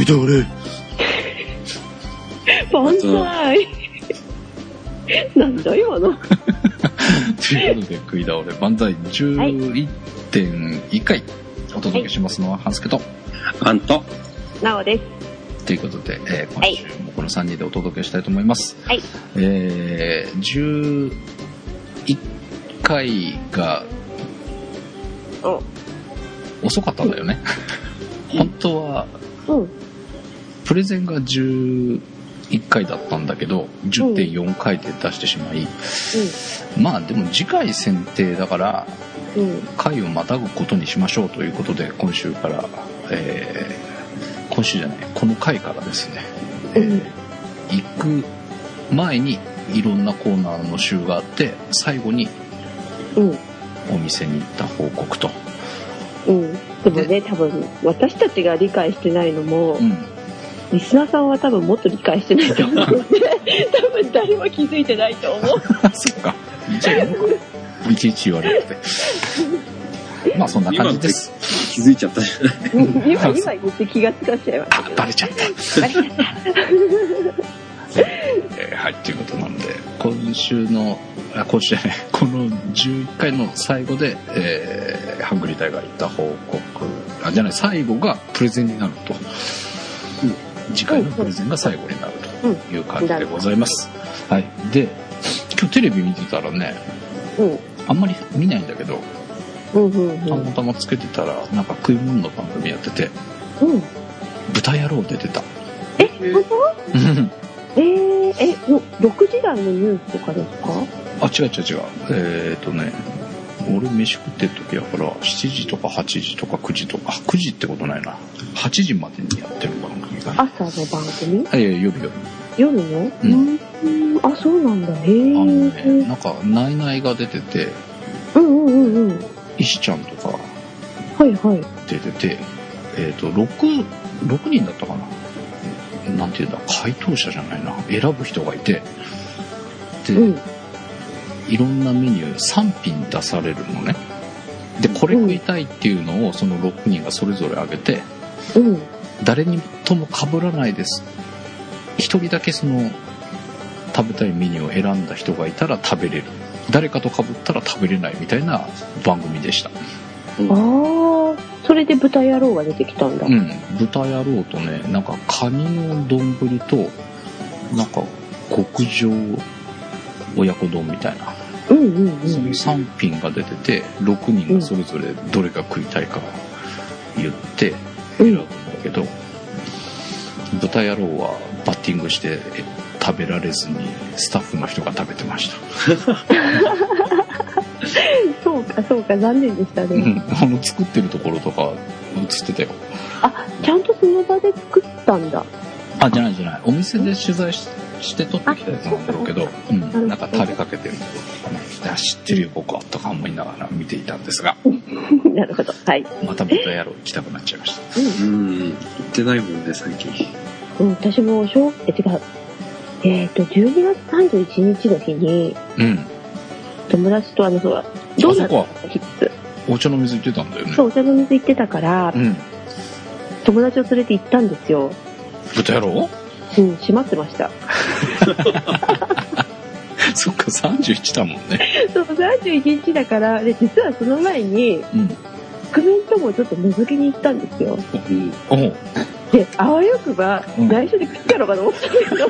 いた俺。盆 栽なんだ今の。ということで、食い倒れ万歳11.1回お届けしますのは、半助と。あんと。なおです。ということで、えーは今い週もこの3人でお届けしたいと思います。はいえー、11回がう遅かったんだよね。本当は、ん。うん。プレゼンが11回だったんだけど、10.4回で出してしまい、まあでも次回選定だから、うん。うん。回をまたぐことにしましょうということで今週から、えー今週じゃないこの回からですね、えー行く前にいろんなコーナーの週があって最後にうん。お店に行った報告と、うん。でもね、多分、私たちが理解してないのも、うん、リスナーさんは多分もっと理解してないと思うので、 多分誰も気づいてないと思う。 そっかじゃあ言うのかいちいち言われ てまあそんな感じです気づいちゃったじゃない。今、今言って気がつかせちゃいまあバレちゃったした。ありがとうえー はい、ということなんで、今週の、あ、今週じゃない、 この11回の最後で、えーハングリータイガー行った報告、あ、じゃない、最後がプレゼンになると。次回のプレゼンが最後になるという感じでございます。はい。で、今日テレビ見てたらね、あんまり見ないんだけど、うん。うん。うん。たまたまつけてたら、なんか食い物の番組やってて、うん。うん。豚野郎出て た。え、本当えー、え、6時台のニュースとかですかあ、違う違う違う。えーっ、とね、俺飯食ってる時だから、7時とか8時とか9時とか、あ9時ってことないな。8時までにやってる番組かな。朝の番組あ、いやいや、夜夜。夜のううん。あ、そうなんだ。へあのね、え。なんか、ナイナイが出てて、うんうんうんうん。石ちゃんとかはいはい。出てて、えーっ、と、6、6人だったかな。なんていうんだ、回答者じゃないな。選ぶ人がいて、で、うん。いろんなメニュー3品出されるのね。で、これ食いたいっていうのを、その6人がそれぞれあげて、うん。誰にとも被らないです一人だけその食べたいメニューを選んだ人がいたら食べれる誰かと被ったら食べれないみたいな番組でしたああ、それで豚野郎が出てきたんだ。うん豚野郎とねなんかカニの丼となんか極上親子丼みたいなうんうんうそん。の3品が出てて6人がそれぞれどれが食いたいか言ってう選ぶんんだけど、豚野郎はバッティングしてえ食べられずにスタッフの人が食べてました、そうかそうか、残念でしたうね。ん、 あの作ってるところとか映ってたよちゃんとその場で作ったんだ。あじゃないじゃないお店で取材しして撮ってきたやつなんだろうけどあ、うほどん、なんかタレかけてるところとかねあ知ってるよ僕はとか思いながら見ていたんですがなるほど。はい。また豚野郎行きたくなっちゃいましたうん。行ってないもんね、最近。うん、私も、しょえ、違う。えっ、と、12月31日の日に、うん友達とあの、そうだ、ドあーそナツこのは日つお茶の水行ってたんだよねそう、お茶の水行ってたからう、ん友達を連れて行ったんですよ。豚野郎うん、閉まってました。 そっか31だもんねそう、31日だから、で、実はその前に、うん覆面ともちょっと覗きに行ったんですよ。うん。おうで、あわよくば、うん内緒で食ったのかと思ったんだけど、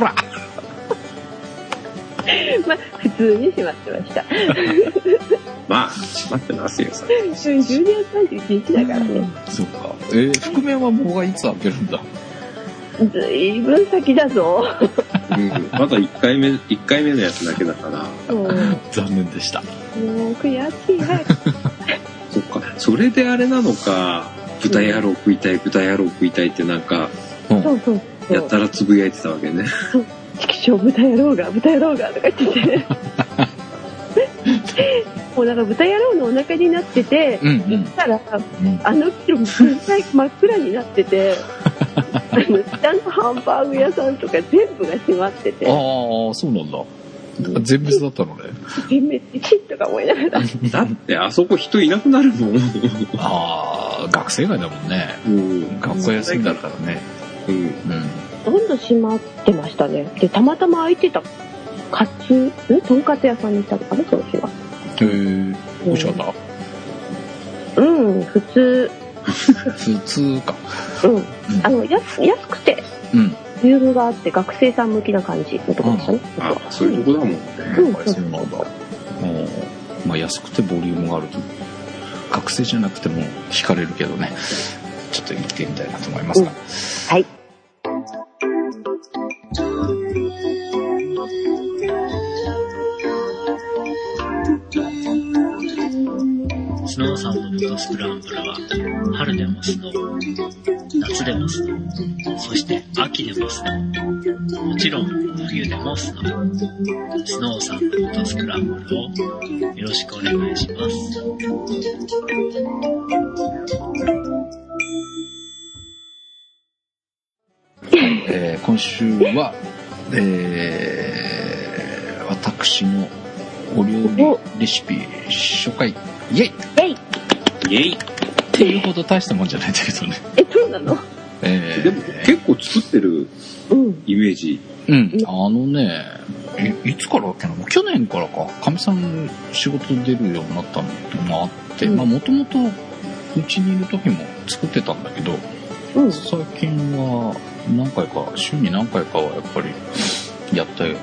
ほらまあ、普通にしまってました。まあ、閉まってますよ、それ。 12月31日だからね、そっか。えー、覆面は棒がいつ開けるんだずいぶん先だぞ。うん。まだ1回目、一回目のやつだけだから。もう、残念でした。もう悔しい。早くそっか。それであれなのか、豚野郎食いたい、豚野郎食いたいってなんか、そうそうそやっう。たらつぶやいてたわけね。畜生豚野郎が、豚野郎が、とか言ってて。もうなんか豚野郎のお腹になってて、うん行ったら、うん。うん。あの色真っ暗になってて、あの下のハンバーグ屋さんとか全部が閉まってて。ああ、そうなんだ。全滅だったのね。全滅一とか思いながら。だってあそこ人いなくなるもん。ああ、学生街だもんね。うん学校休んだからね。うん。うん。どんどん閉まってましたね。で、たまたま空いてた、カツ、んとんかつ屋さんに行ったのかな、その日は。へえ。美味しうんかっうん、普通。た普通か。うん。あの、安安くて、うん。理由があって、学生さん向きな感じのところでしたね。ここはあ、そういうとこだもんね。うんやっぱりそうなんだ。うんまあ安くてボリュームがあると。学生じゃなくても惹かれるけどね。ちょっと行ってみたいなと思いますが。はい。スノーさんの元スクランブルは、春でもスノー、夏でもスノー、そして秋でもスノー、もちろん冬でもスノー。スノーさんの元スクランブルをよろしくお願いします。えー今週は、えー私のお料理レシピ紹介、イェイイェイ。っていうほど大したもんじゃないんだけどね。え、そうなのえーでも結構作ってるうん。イメージ。うん、あのね、いいつからだっけな、去年からか、かみさん仕事出るようになったのもあって、うんまあもともとうちにいる時も作ってたんだけど、うん。最近は何回か、週に何回かはやっぱりやってい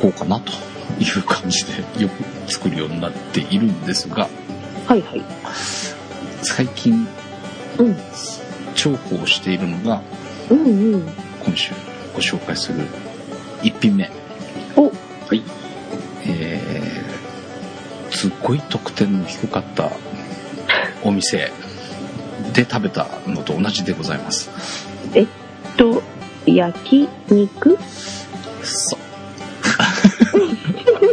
こうかなという感じでよく作るようになっているんですが、はいはい。最近うん。重宝しているのが、うんうん。今週ご紹介する一品目。おいえー、すっごい得点の低かったお店で食べたのと同じでございます。と、焼き肉そう。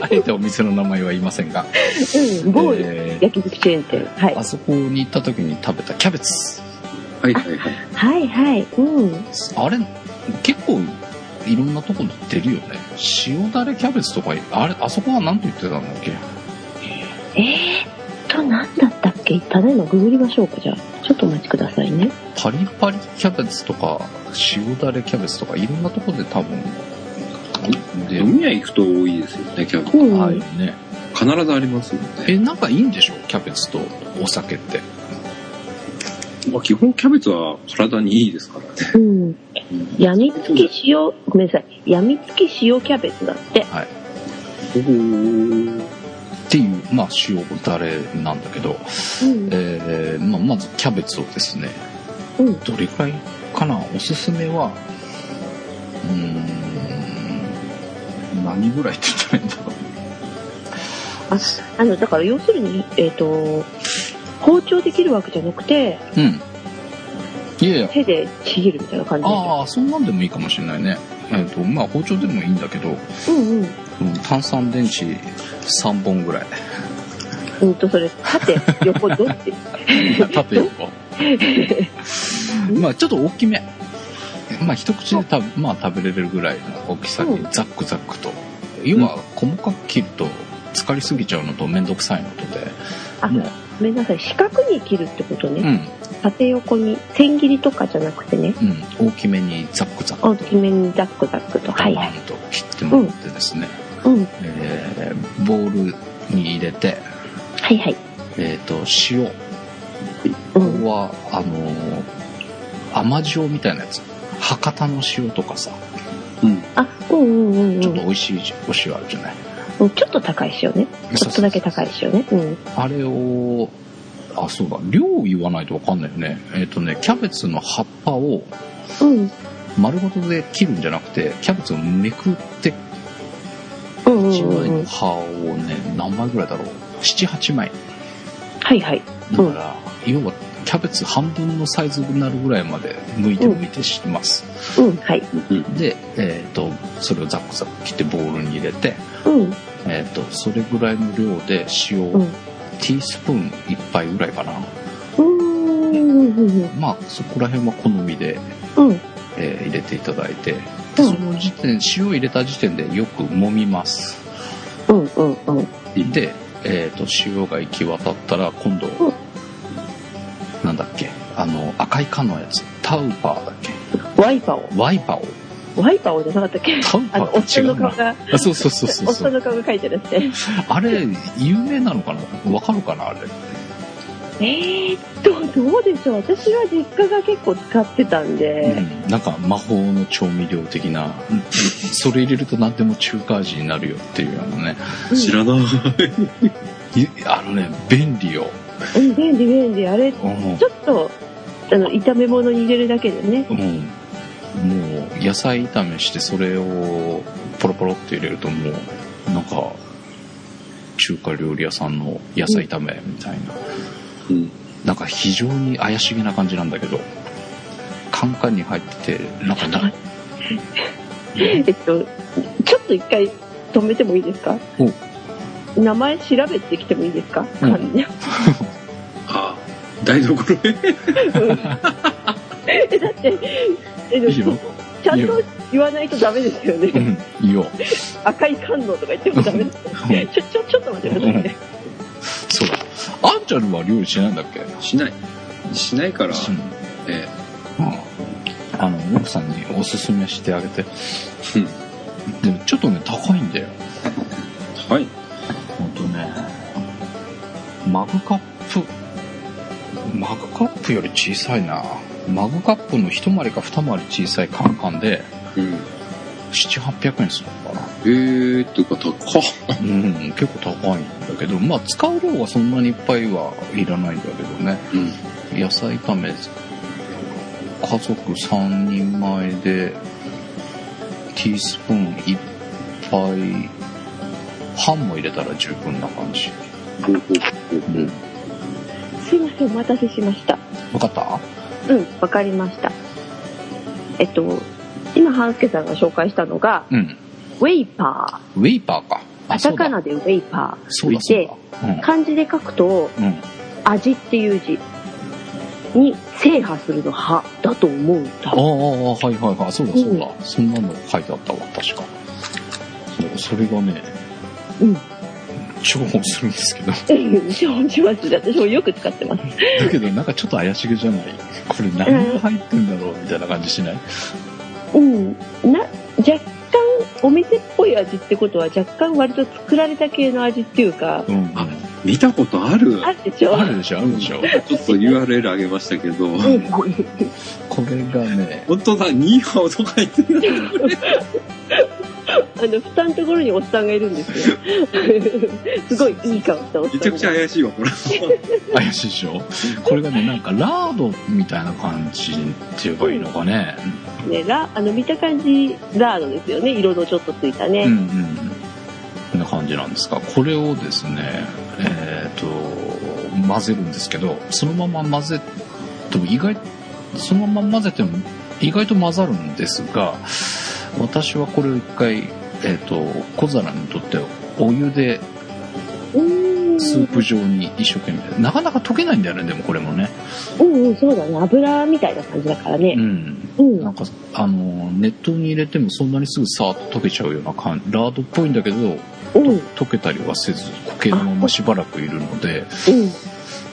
あえてお店の名前は言いませんが、うん。某えー焼き肉チェーン店。はいあ。そこに行った時に食べたキャベツ。はいはいはい。はいはい。うん。あれ、結構いろんなとこに出るよね。塩だれキャベツとか、あれ、あそこは何て言ってたんだっけえーっと、なんだったっけただいまググりましょうか、じゃあ。ちょっとお待ちくださいね。パリパリキャベツとか、塩だれキャベツとか、いろんなとこで多分、で、飲み屋行くと多いですよね、キャベツ。うん。はいね。必ずありますよね。え、なんかいいんでしょキャベツとお酒って。まあ、基本キャベツは体にいいですからね。うん。やみつき塩、ごめんなさい。やみつき塩キャベツだって。おーっていう、まあ、塩だれなんだけど、うん。えーまあ、まずキャベツをですね、うんどれくらいかなおすすめは、うーん、何ぐらいって言ったらいいんだろあ、あの、だから要するに、えーっと、包丁できるわけじゃなくて、う。うん。いやいや、手でちぎるみたいな感じああ、そんなんでもいいかもしれないね。えっ、と、まあ、包丁でもいいんだけど、うんうん。うん炭酸電池3本ぐらい。うんと、それ、縦、横、どっち 縦横。まあちょっと大きめ。まあ一口でた、まあ、食べれるぐらいの大きさにうザックザックと。要は細かく切ると疲れすぎちゃうのと面倒くさいのとで。あもう、ごめんなさい。四角に切るってことうね。ん、縦横に、千切りとかじゃなくてね、うん、大きめにザックザッ大クと。きめにザックザックと。はバいはーい。ンと切ってもらってですね、うん。えーボウルに入れて、はいはい。えっ、と、塩。うこん。こは、あのー甘塩みたいなやつ。博多の塩とかさ、うん。あ、うんうんうんうん。ちょっとち美味しいお塩あるじゃない。ょっと高い塩ね。ちょっとだけ高い塩ね。うん。あれを、あ、そうだ、量を言わないとわかんないよね。えっ、とね、キャベツの葉っぱをうん。丸ごとで切るんじゃなくて、キャベツをめくって、うんうん一枚うんうのん。葉をね、何枚ぐらいだろう。7、8枚。はいはい。だから、要は、キャベツ半分のサイズになるぐらいまで剥いて剥いてします。うん。はい。で、えっ、と、それをザクザク切ってボウルに入れて、うん。えっ、と、それぐらいの量で塩、うんティースプーン1杯ぐらいかな。うんうんうんうん。まあ、そこら辺は好みでうん。えー入れていただいて、でうんその時点塩を入れた時点でよく揉みますうんうんうん。で、えー、と潮が行き渡ったら今度、んなんだっけあの赤い缶のやつタウパーだっけワイパーを。ワイパーをワイパーをじゃなかったっけタウあパの、おっさーん違のう顔なが、あそうそうそうそうおっさそうんの顔が書いてるって。あれ有名なのかなわかるかなあれえーっと、どうでしょう。私は実家が結構使ってたんうで、ん、なんか魔法の調味料的な、それ入れると何でも中華味になるよっていうあのね、うん知らない。いあのね、便利よ。うん、便利便利。あれ、ちうょん、っと、あの、炒め物に入れるだけでね。うんもう野菜炒めしてそれをポロポロって入れるともう、なんか、中華料理屋さんの野菜炒めみたいな。うん。なんか非常に怪しげな感じなんだけど、カンカンに入ってて、なんかな、えっと、ちょっと一回止めてもいいですか名前調べてきてもいいですか、うん漢字あ、台所へ。えだって、えいいよ。ちゃんと言わないとダメですようね。ん、いいよ。赤い感動とか言ってもダメですうちょ、ちょ、ちょっと待ってくださいね。そうだ。あんちゃんは料理しないんだっけしない。しないから、うんえうんあの、奥さんにおすすめしてあげて。うでもちょっとね、高いんだよ。ーはい。ほんとね。マグカップ、マグカップより小さいな。マグカップの一回りか二回り小さいカンカンで、うん。 7、800円するのかな。えー、っていうか、高っ。うん、結構高いんだけど、まあ使う量はそんなにいっぱいはいらないんだけどね。うん。野菜炒め家族3人前でティースプーン1杯半も入れたら十分な感じほうほうほううんすいません、お待たせしました。分かったうん、わかりました。えっと、今、半助さんが紹介したのが、うんウェイパー。ウェイパーかカタカナだでウェイパそうだそうだー。漢字で書くと、うん、うん、味っていう字に制覇するの歯だと思うんあだ。あああはいはいはいそうだそうだ、そんなの書いてあったわ確かそうそれがねうん重宝するんですけど 承知します。私もよく使ってます。だけどなんかちょっと怪しげじゃないこれ何が入ってんだろうみたいな感じしないうん。な、若干お店っぽい味ってことは若干割と作られた系の味っていうか、うんあ見たことある。あるでしょあるでしょあるでしょちょっと URL あげましたけど、うんこれがね、本当だ、ニーハオとか言ってる。あの、蓋のところにおっさんがいるんですよ。すごいいい顔したおっさんが。めちゃくちゃ怪しいわ、これ。怪しいでしょこれがね、なんかラードみたいな感じって言えばいいのかね。ね、ラ、あの、見た感じ、ラードですよね。色のちょっとついたうんうね。ん。こんな感じなんですが、これをですね、えっ、と、混ぜるんですけど、そのまま混ぜても意外、そのまま混ぜても意外と混ざるんですが、私はこれを一回、えっ、と、小皿にとってお湯でうん。スープ状に一生懸命、なかなか溶けないんだよね、でもこれもね。うんうん、そうだね。油みたいな感じだからうね。ん。うん。なんか、あの、熱湯に入れてもそんなにすぐさーっと溶けちゃうような感じ、ラードっぽいんだけど、うん。溶けたりはせず、固形のまましばらくいるので、う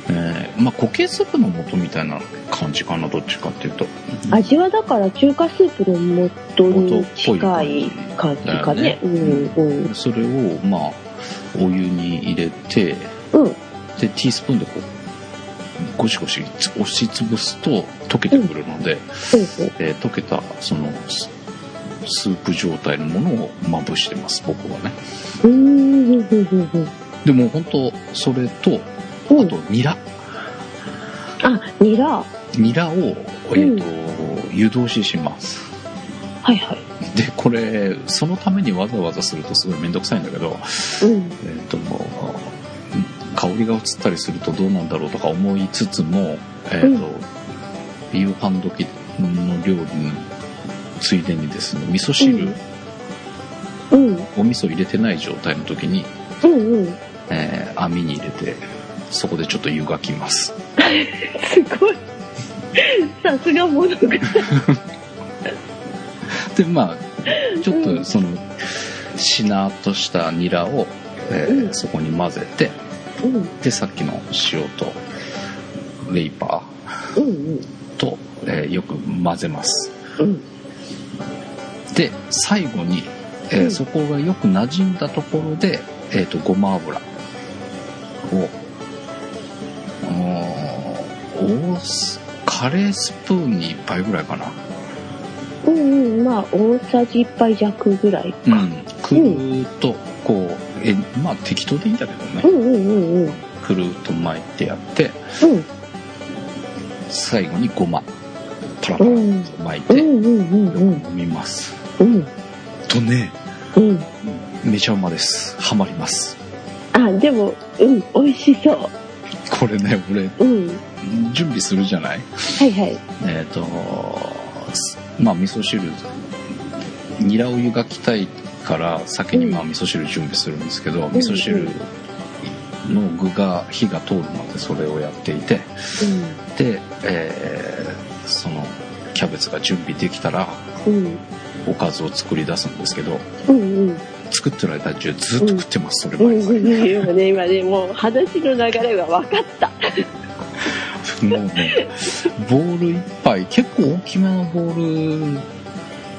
えーまあ固形スープの素みたいな感じかな、どっちかっていうと。ん、味はだから中華スープの素に近い感じかね。うんうんそれを、まあ、お湯に入れて、うんで、ティースプーンでこう、ゴシゴシ押しつぶすと溶けてくるので、そうえー溶けた、その、ススープ状態のものをまぶしてます、僕はね。そう。うんうんうんうんうんでも本当それと、うあんとニラ。あ、ニラ。はニラを、えっ、うんと、湯通しします。いはい。で、これ、そのためにわざわざするとすごいめんどくさいんだけど、うんえっ、と、香りが移ったりするとどうなんだろうとか思いつつも、えっ、と、夕飯時の料理のついでにですね、味噌汁、うんうんお味噌入れてない状態の時に、うんうん。えー網に入れて、そこでちょっと湯がきます。すごい。さすがものが。でまあちょっうとんそのしなっとしたニラをえーそこに混ぜてうんうんでさっきの塩とレイパうんーと、えーよく混ぜますうんで最後に、えーうんそこがよく馴染んだところで、えー、とごま油をうーん大すカレースプーンに1杯ぐらいかな、うんうんまあ大さじ1杯弱ぐらいうん、くるーっとこうえまあ適当でいいんだけどうねんうんうんうんうんくるーっと巻いてやって最後にごまパラパラと巻いてうよんうんうんくうん飲みますうんとねうんめちゃうまですハマりますあでもうん美味しそこれね俺ううん準備するじゃないはいはいえっ、と、まあ、味噌汁、ニラを湯がきたいから、先にまあ、味噌汁準備するんですけど、味噌汁の具が、火が通るので、それをやっていて、で、えーその、キャベツが準備できたら、うんおかずを作り出すんですけど、うんうんうん作ってる間中ずっと食ってます、それう毎ん回。今ね今ねもう話の流れが分かった もうね、ボール一杯、結構大きめのボール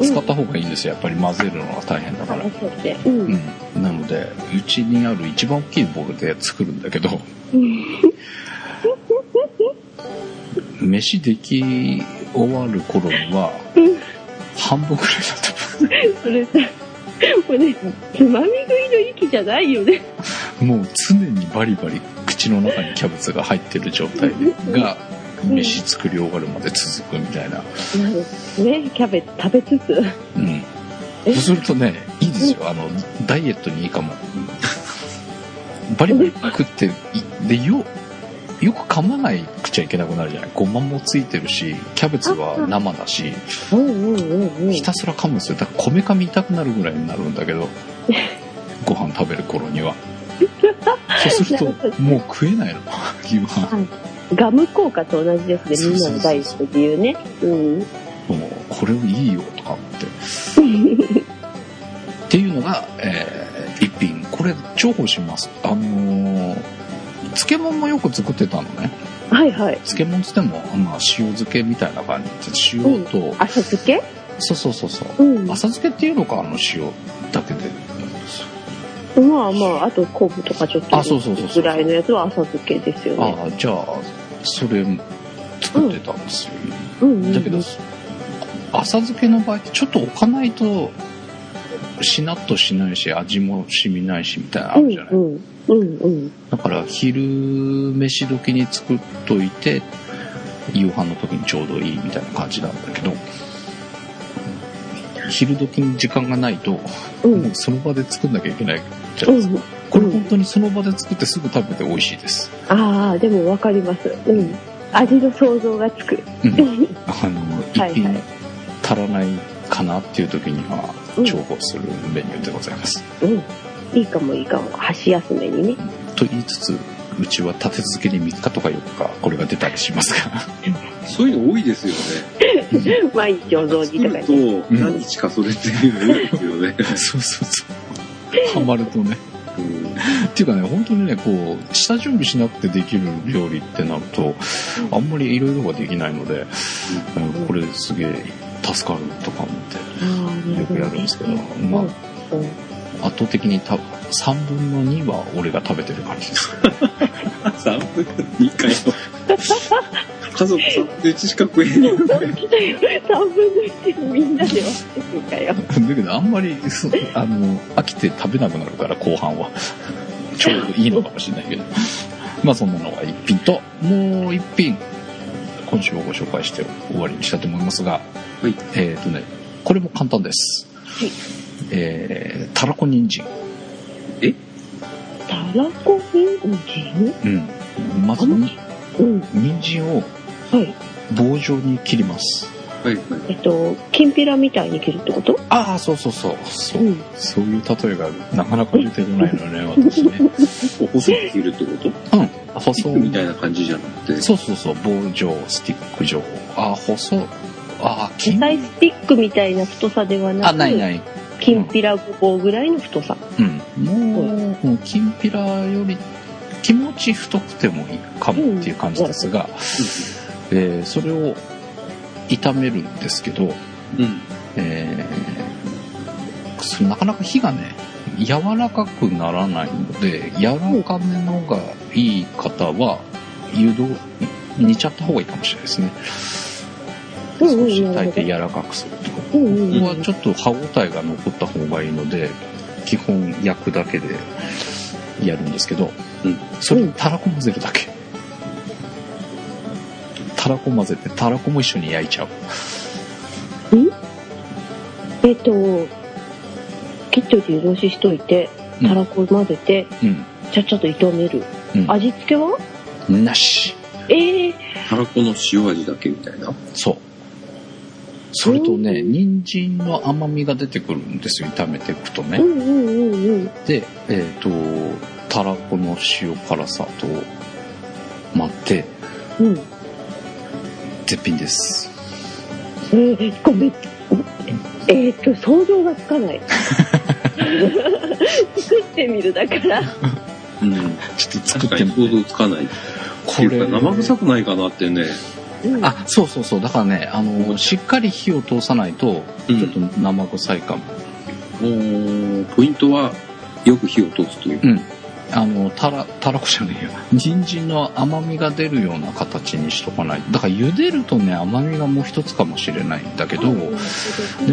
使った方がいいんですよ、やっぱり混ぜるのが大変だから。話してうんうん、なのでうちにある一番大きいボールで作るんだけ どうん飯でき終わる頃にはうん半分くらいだったそれさこれつまみ食いの域じゃないよねもう常にバリバリ口の中にキャベツが入ってる状態 がん飯作り終わるまで続くみたいな、ねキャベツ食べつつうん、そうえするとねいいですよあのダイエットにいいかもバリバリ食っていでよよく噛まないくちゃいけなくなるじゃないごまもついてるしキャベツは生だしうんうんうんうんひたすら噛むんですよだからこめかみ痛くなるぐらいになるんだけどご飯食べる頃にはそうするともう食えないの 夕飯ガム効果と同じですねみんなの大好きっていうねうもんうこれをいいよとかってっていうのが、えー一品これ重宝しますあのー漬物もよく作ってたのねはいはい漬物っつっても、まあ、塩漬けみたいな感じで塩と、浅漬けそうそうそうそううんま浅漬けっていうのかあの塩だけであまああと昆布とかちょっとあそうそうそうそうぐらいのやつは浅漬けですよねああじゃあそれ作ってたんですよ、うんうんだけど浅漬けの場合ってちょっと置かないとしなっとしないし味も染みないしみたいなのあうんるじゃない、うんうんうんだから昼飯時に作っといて夕飯の時にちょうどいいみたいな感じなんだけど昼時に時間がないと、うんもうその場で作んなきゃいけないじゃうないですか、んこれ本当にその場で作ってすぐ食べて美味しいです、ああでもわかりますうん味の想像がつくうんうんあの一はい品足らないかなっていう時にはうん重宝するメニューでございます、うんいいかもいいかも箸休めにねと言いつつうちは立て続けに3日とか4日これが出たりしますからそういうの多いですよね。毎日お雑煮作とかるにと何日かそれっていうの多いですよ ね。そうそうそうハマるとねうんっていうかね本当にねこう下準備しなくてできる料理ってなるとあんまりいろいろができないので、うんこれすげえ助かるとか思っあてよくやるんですけど、まああ、うん圧倒的にた3分の2は俺が食べてる感じです3分の2回と。家族3分の1しか食えない。 3分の1みんなで分けてるかよ。だけどあんまりそうあの飽きて食べなくなるから後半はちょうどいいのかもしれないけどまあそんなのが一品ともう一品今週はご紹介して終わりにしたいと思いますが、いえっ、とねこれも簡単です、はいえーたらこ人参たらこ人参うんまずにうん。人参をはい。棒状に切りますはいはい。えっと、きんぴらみたいに切るってことああそうそうそうそう、うん。そういう例えがなかなか出てこないのね私ね細く切るってことうんステ細ィックみたいな感じじゃなくて。そうそうそう、棒状、スティック状。あ、細、あ、野金、菜スティックみたいな太さではなく、あ、ないないきんぴらごぼうぐらいの太さ。うん。もう、うん、きんぴらより気持ち太くてもいいかもっていう感じですが、えーそれを炒めるんですけど、うん。えーそなかなか火がね柔らかくならないので柔らかめのがいい方は湯ど煮ちゃった方がいいかもしれないですねうんうん少し炊いて柔らかくするとかうんうんここうはんちょっと歯応えが残った方がいいので基本焼くだけでやるんですけど、うんそれにたらこ混ぜるだけたらこ混ぜてたらこも一緒に焼いちゃうえっ、と切っといて湯通ししといてうんたらこ混ぜて、うちゃっちゃと炒める、うん味付けはんなしええたらこの塩味だけみたいな。そうそれとねうん人参の甘みが出てくるんですよ炒めていくとね、うんうんうんうんでえっ、とたらこの塩辛さと待ってうん絶品ですえー、ごめんえっ、と想像がつ かない作ってみるだからうん。ちょっと作確っかてにみ想像つかない。ってこいうか、生臭くないかなってね。うんあそうそうそうだからねあのしっかり火を通さないとうんちょっと生臭いかも、おーポイントは、よく火を通すという。あのたらたらこじゃねえよ 人参の甘みが出るような形にしとかないとだから茹でるとね甘みがもう一つかもしれないんだけど、で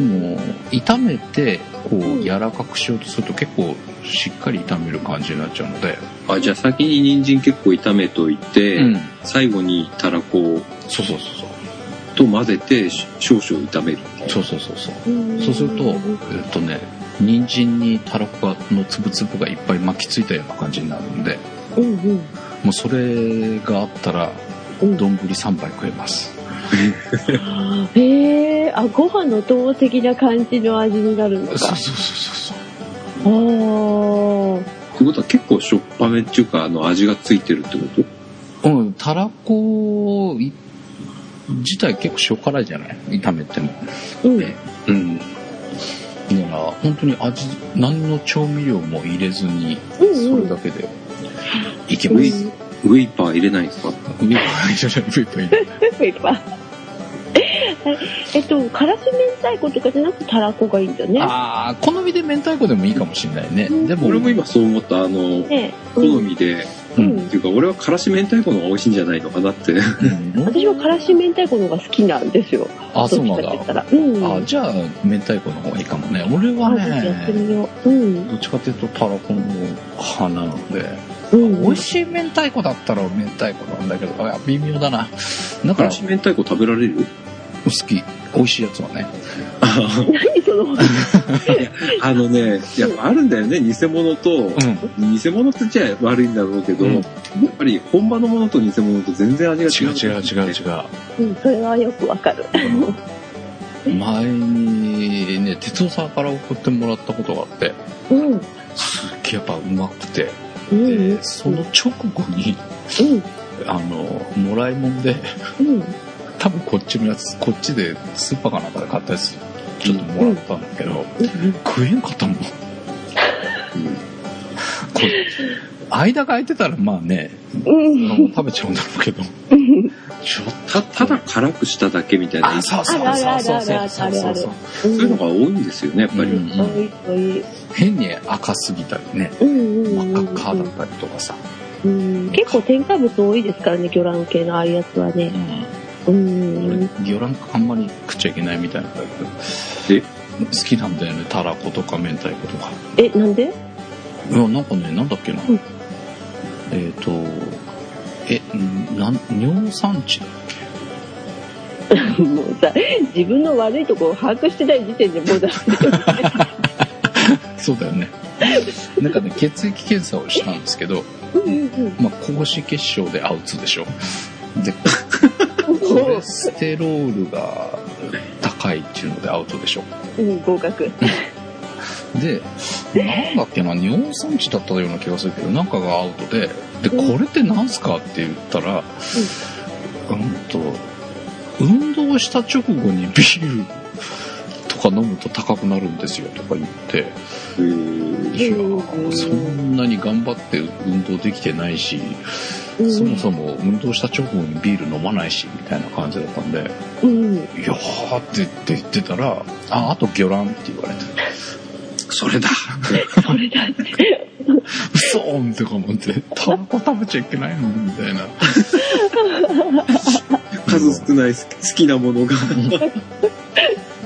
も炒めてこうんう柔らかくしようとすると結構しっかり炒める感じになっちゃうので、あ、じゃあ先に人参結構炒めといて、うん最後にたらこそうそうそと混ぜて、し少々炒める。うそうそうそうそううんそうするとえっとね人参にたらこがの粒々がいっぱい巻きついたような感じになるんでうんうんもうそれがあったらうん丼3杯食えますへえあご飯の友的な感じの味になるのかそうそうそうそうあーってことは結構しょっぱめっていうか、あの、味がついてるってことそううんたらこい自体結構塩辛いじゃない炒めてもうんねうん。だから本当に味何の調味料も入れずにうんそうんれだけでいけウまェイす、ウェイパー入れないんですかウィーパー入れないペーパーえっとからし明太子とかじゃなくたらこがいいんだねああ好みで明太子でもいいかもしれないねうんでも俺も今そう思った、あの、ね好みで、ううんんっていうか俺はからし明太子の方が美味しいんじゃないのかなってうん私はからし明太子の方が好きなんですよあそうなんどだっちかって言ったらうあんじゃあ明太子の方がいいかもね俺はあちょっとやってねみよううんどっちかっていうとたらこの派なのでうん美味しい明太子だったら明太子なんだけどあ微妙だなだかかららし明太子食べら れる好き美味しいやつはね何そのあのねやっぱあるんだよね偽物とうん偽物って言っちゃ悪いんだろうけど、うんやっぱり本場のものと偽物と全然味違がう違う違う違う違 ううんそれはよくわかる前にね哲夫さんから送ってもらったことがあってうんうんすっげえやっぱうまくて、うんでその直後にあのもらいもんでうん多分こっちのやつこっちでスーパーかなんかで買ったやつちょっともらったんだけど、うん食えんかったもん、これ間が空いてたらまあねうんあの食べちゃうんだろうけどうんちょっとたただ辛くしただけみたい なあそうそうそうそうそうそうそうそうそういうのが多いんですよねやっぱり、うん多い多い変に赤すぎたりねうんうんうん真っうん赤っかだったりとかさ、うん結構添加物多いですからね魚卵系のああいうやつはねうんうん俺魚卵あんまり食っちゃいけないみたいなんだけえど好きなんだよねたらことか明太子とかえなんでいやなんかねなんだっけな、うんえっ、とえんなん尿酸値だもうさ自分の悪いとこを把握してない時点でもうだそうだよねなんかね血液検査をしたんですけど、うんうんまあ、高脂血症でアウツでしょでコうレステロールが高いっていうのでアウトでしょんうん合格でなんだっけな尿酸値だったような気がするけどなんかがアウトででこれってなんすかって言ったらうんと運動した直後にビールとか飲むと高くなるんですよとか言って、うーんいやうんそんなに頑張って運動できてないし、うんそもそも運動した直後にビール飲まないしみたいな感じだったんでうん「いやー」ってって言ってたら「ああと魚卵」って言われてそれだ。それだって「嘘ーとか思って「タバコ食べちゃいけないの?」みたいな数少ない好き好きなものが。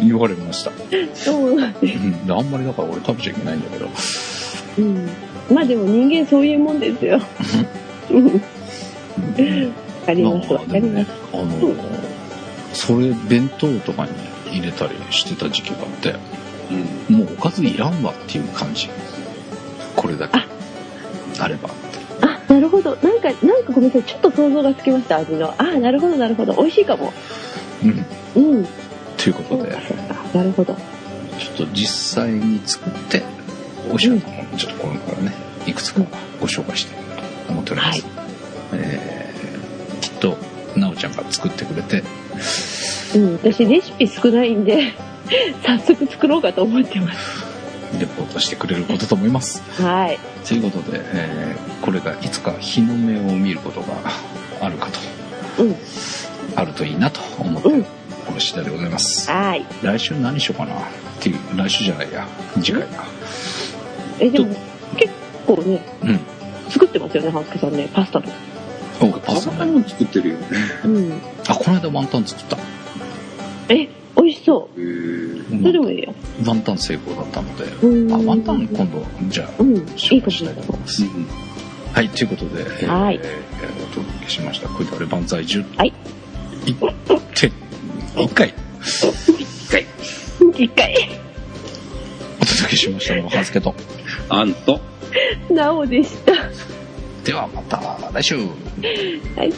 言われました、そうなんでうん、であんまりだから俺食べちゃいけないんだけどす、うん、まあでも人間そういうもんですようんわかりますわかりますあのーそれ弁当とかに入れたりしてた時期があってうん。もうおかずいらんわっていう感じこれだけあればあなるほどなんかなんかごめんなさいちょっと想像がつきました味のあなるほどなるほど美味しいかもうんうんというこそうとかでそうかなるほどちょっと実際に作って美味しかったものをちょっとこれからねいくつかご紹介したいなと思っております、えーきっとなおちゃんが作ってくれてうん私レシピ少ないんで 早速作ろうかと思ってますレポートしてくれることと思いますはいということで、えーこれがいつか日の目を見ることがあるかとうんあるといいなと思ってるこの次第でございます、はい来週何しようかなっていう来週じゃないや次回かえでも結構ね、うん作ってますよね半助さんねパスタとかおパパススタタも作ってるよね。うんあこの間ワンタン作ったえ美味しそへーうそれでもいいよワンタン成功だったのでうんあワンタン今度じゃあうんいい紹介かもししたれいなとい思いますはいということで、えーはいえーお届けしました「くだる万歳10」はいいって1回一回お届けしましたのははずけとあんと。なおでしたではまた来週はい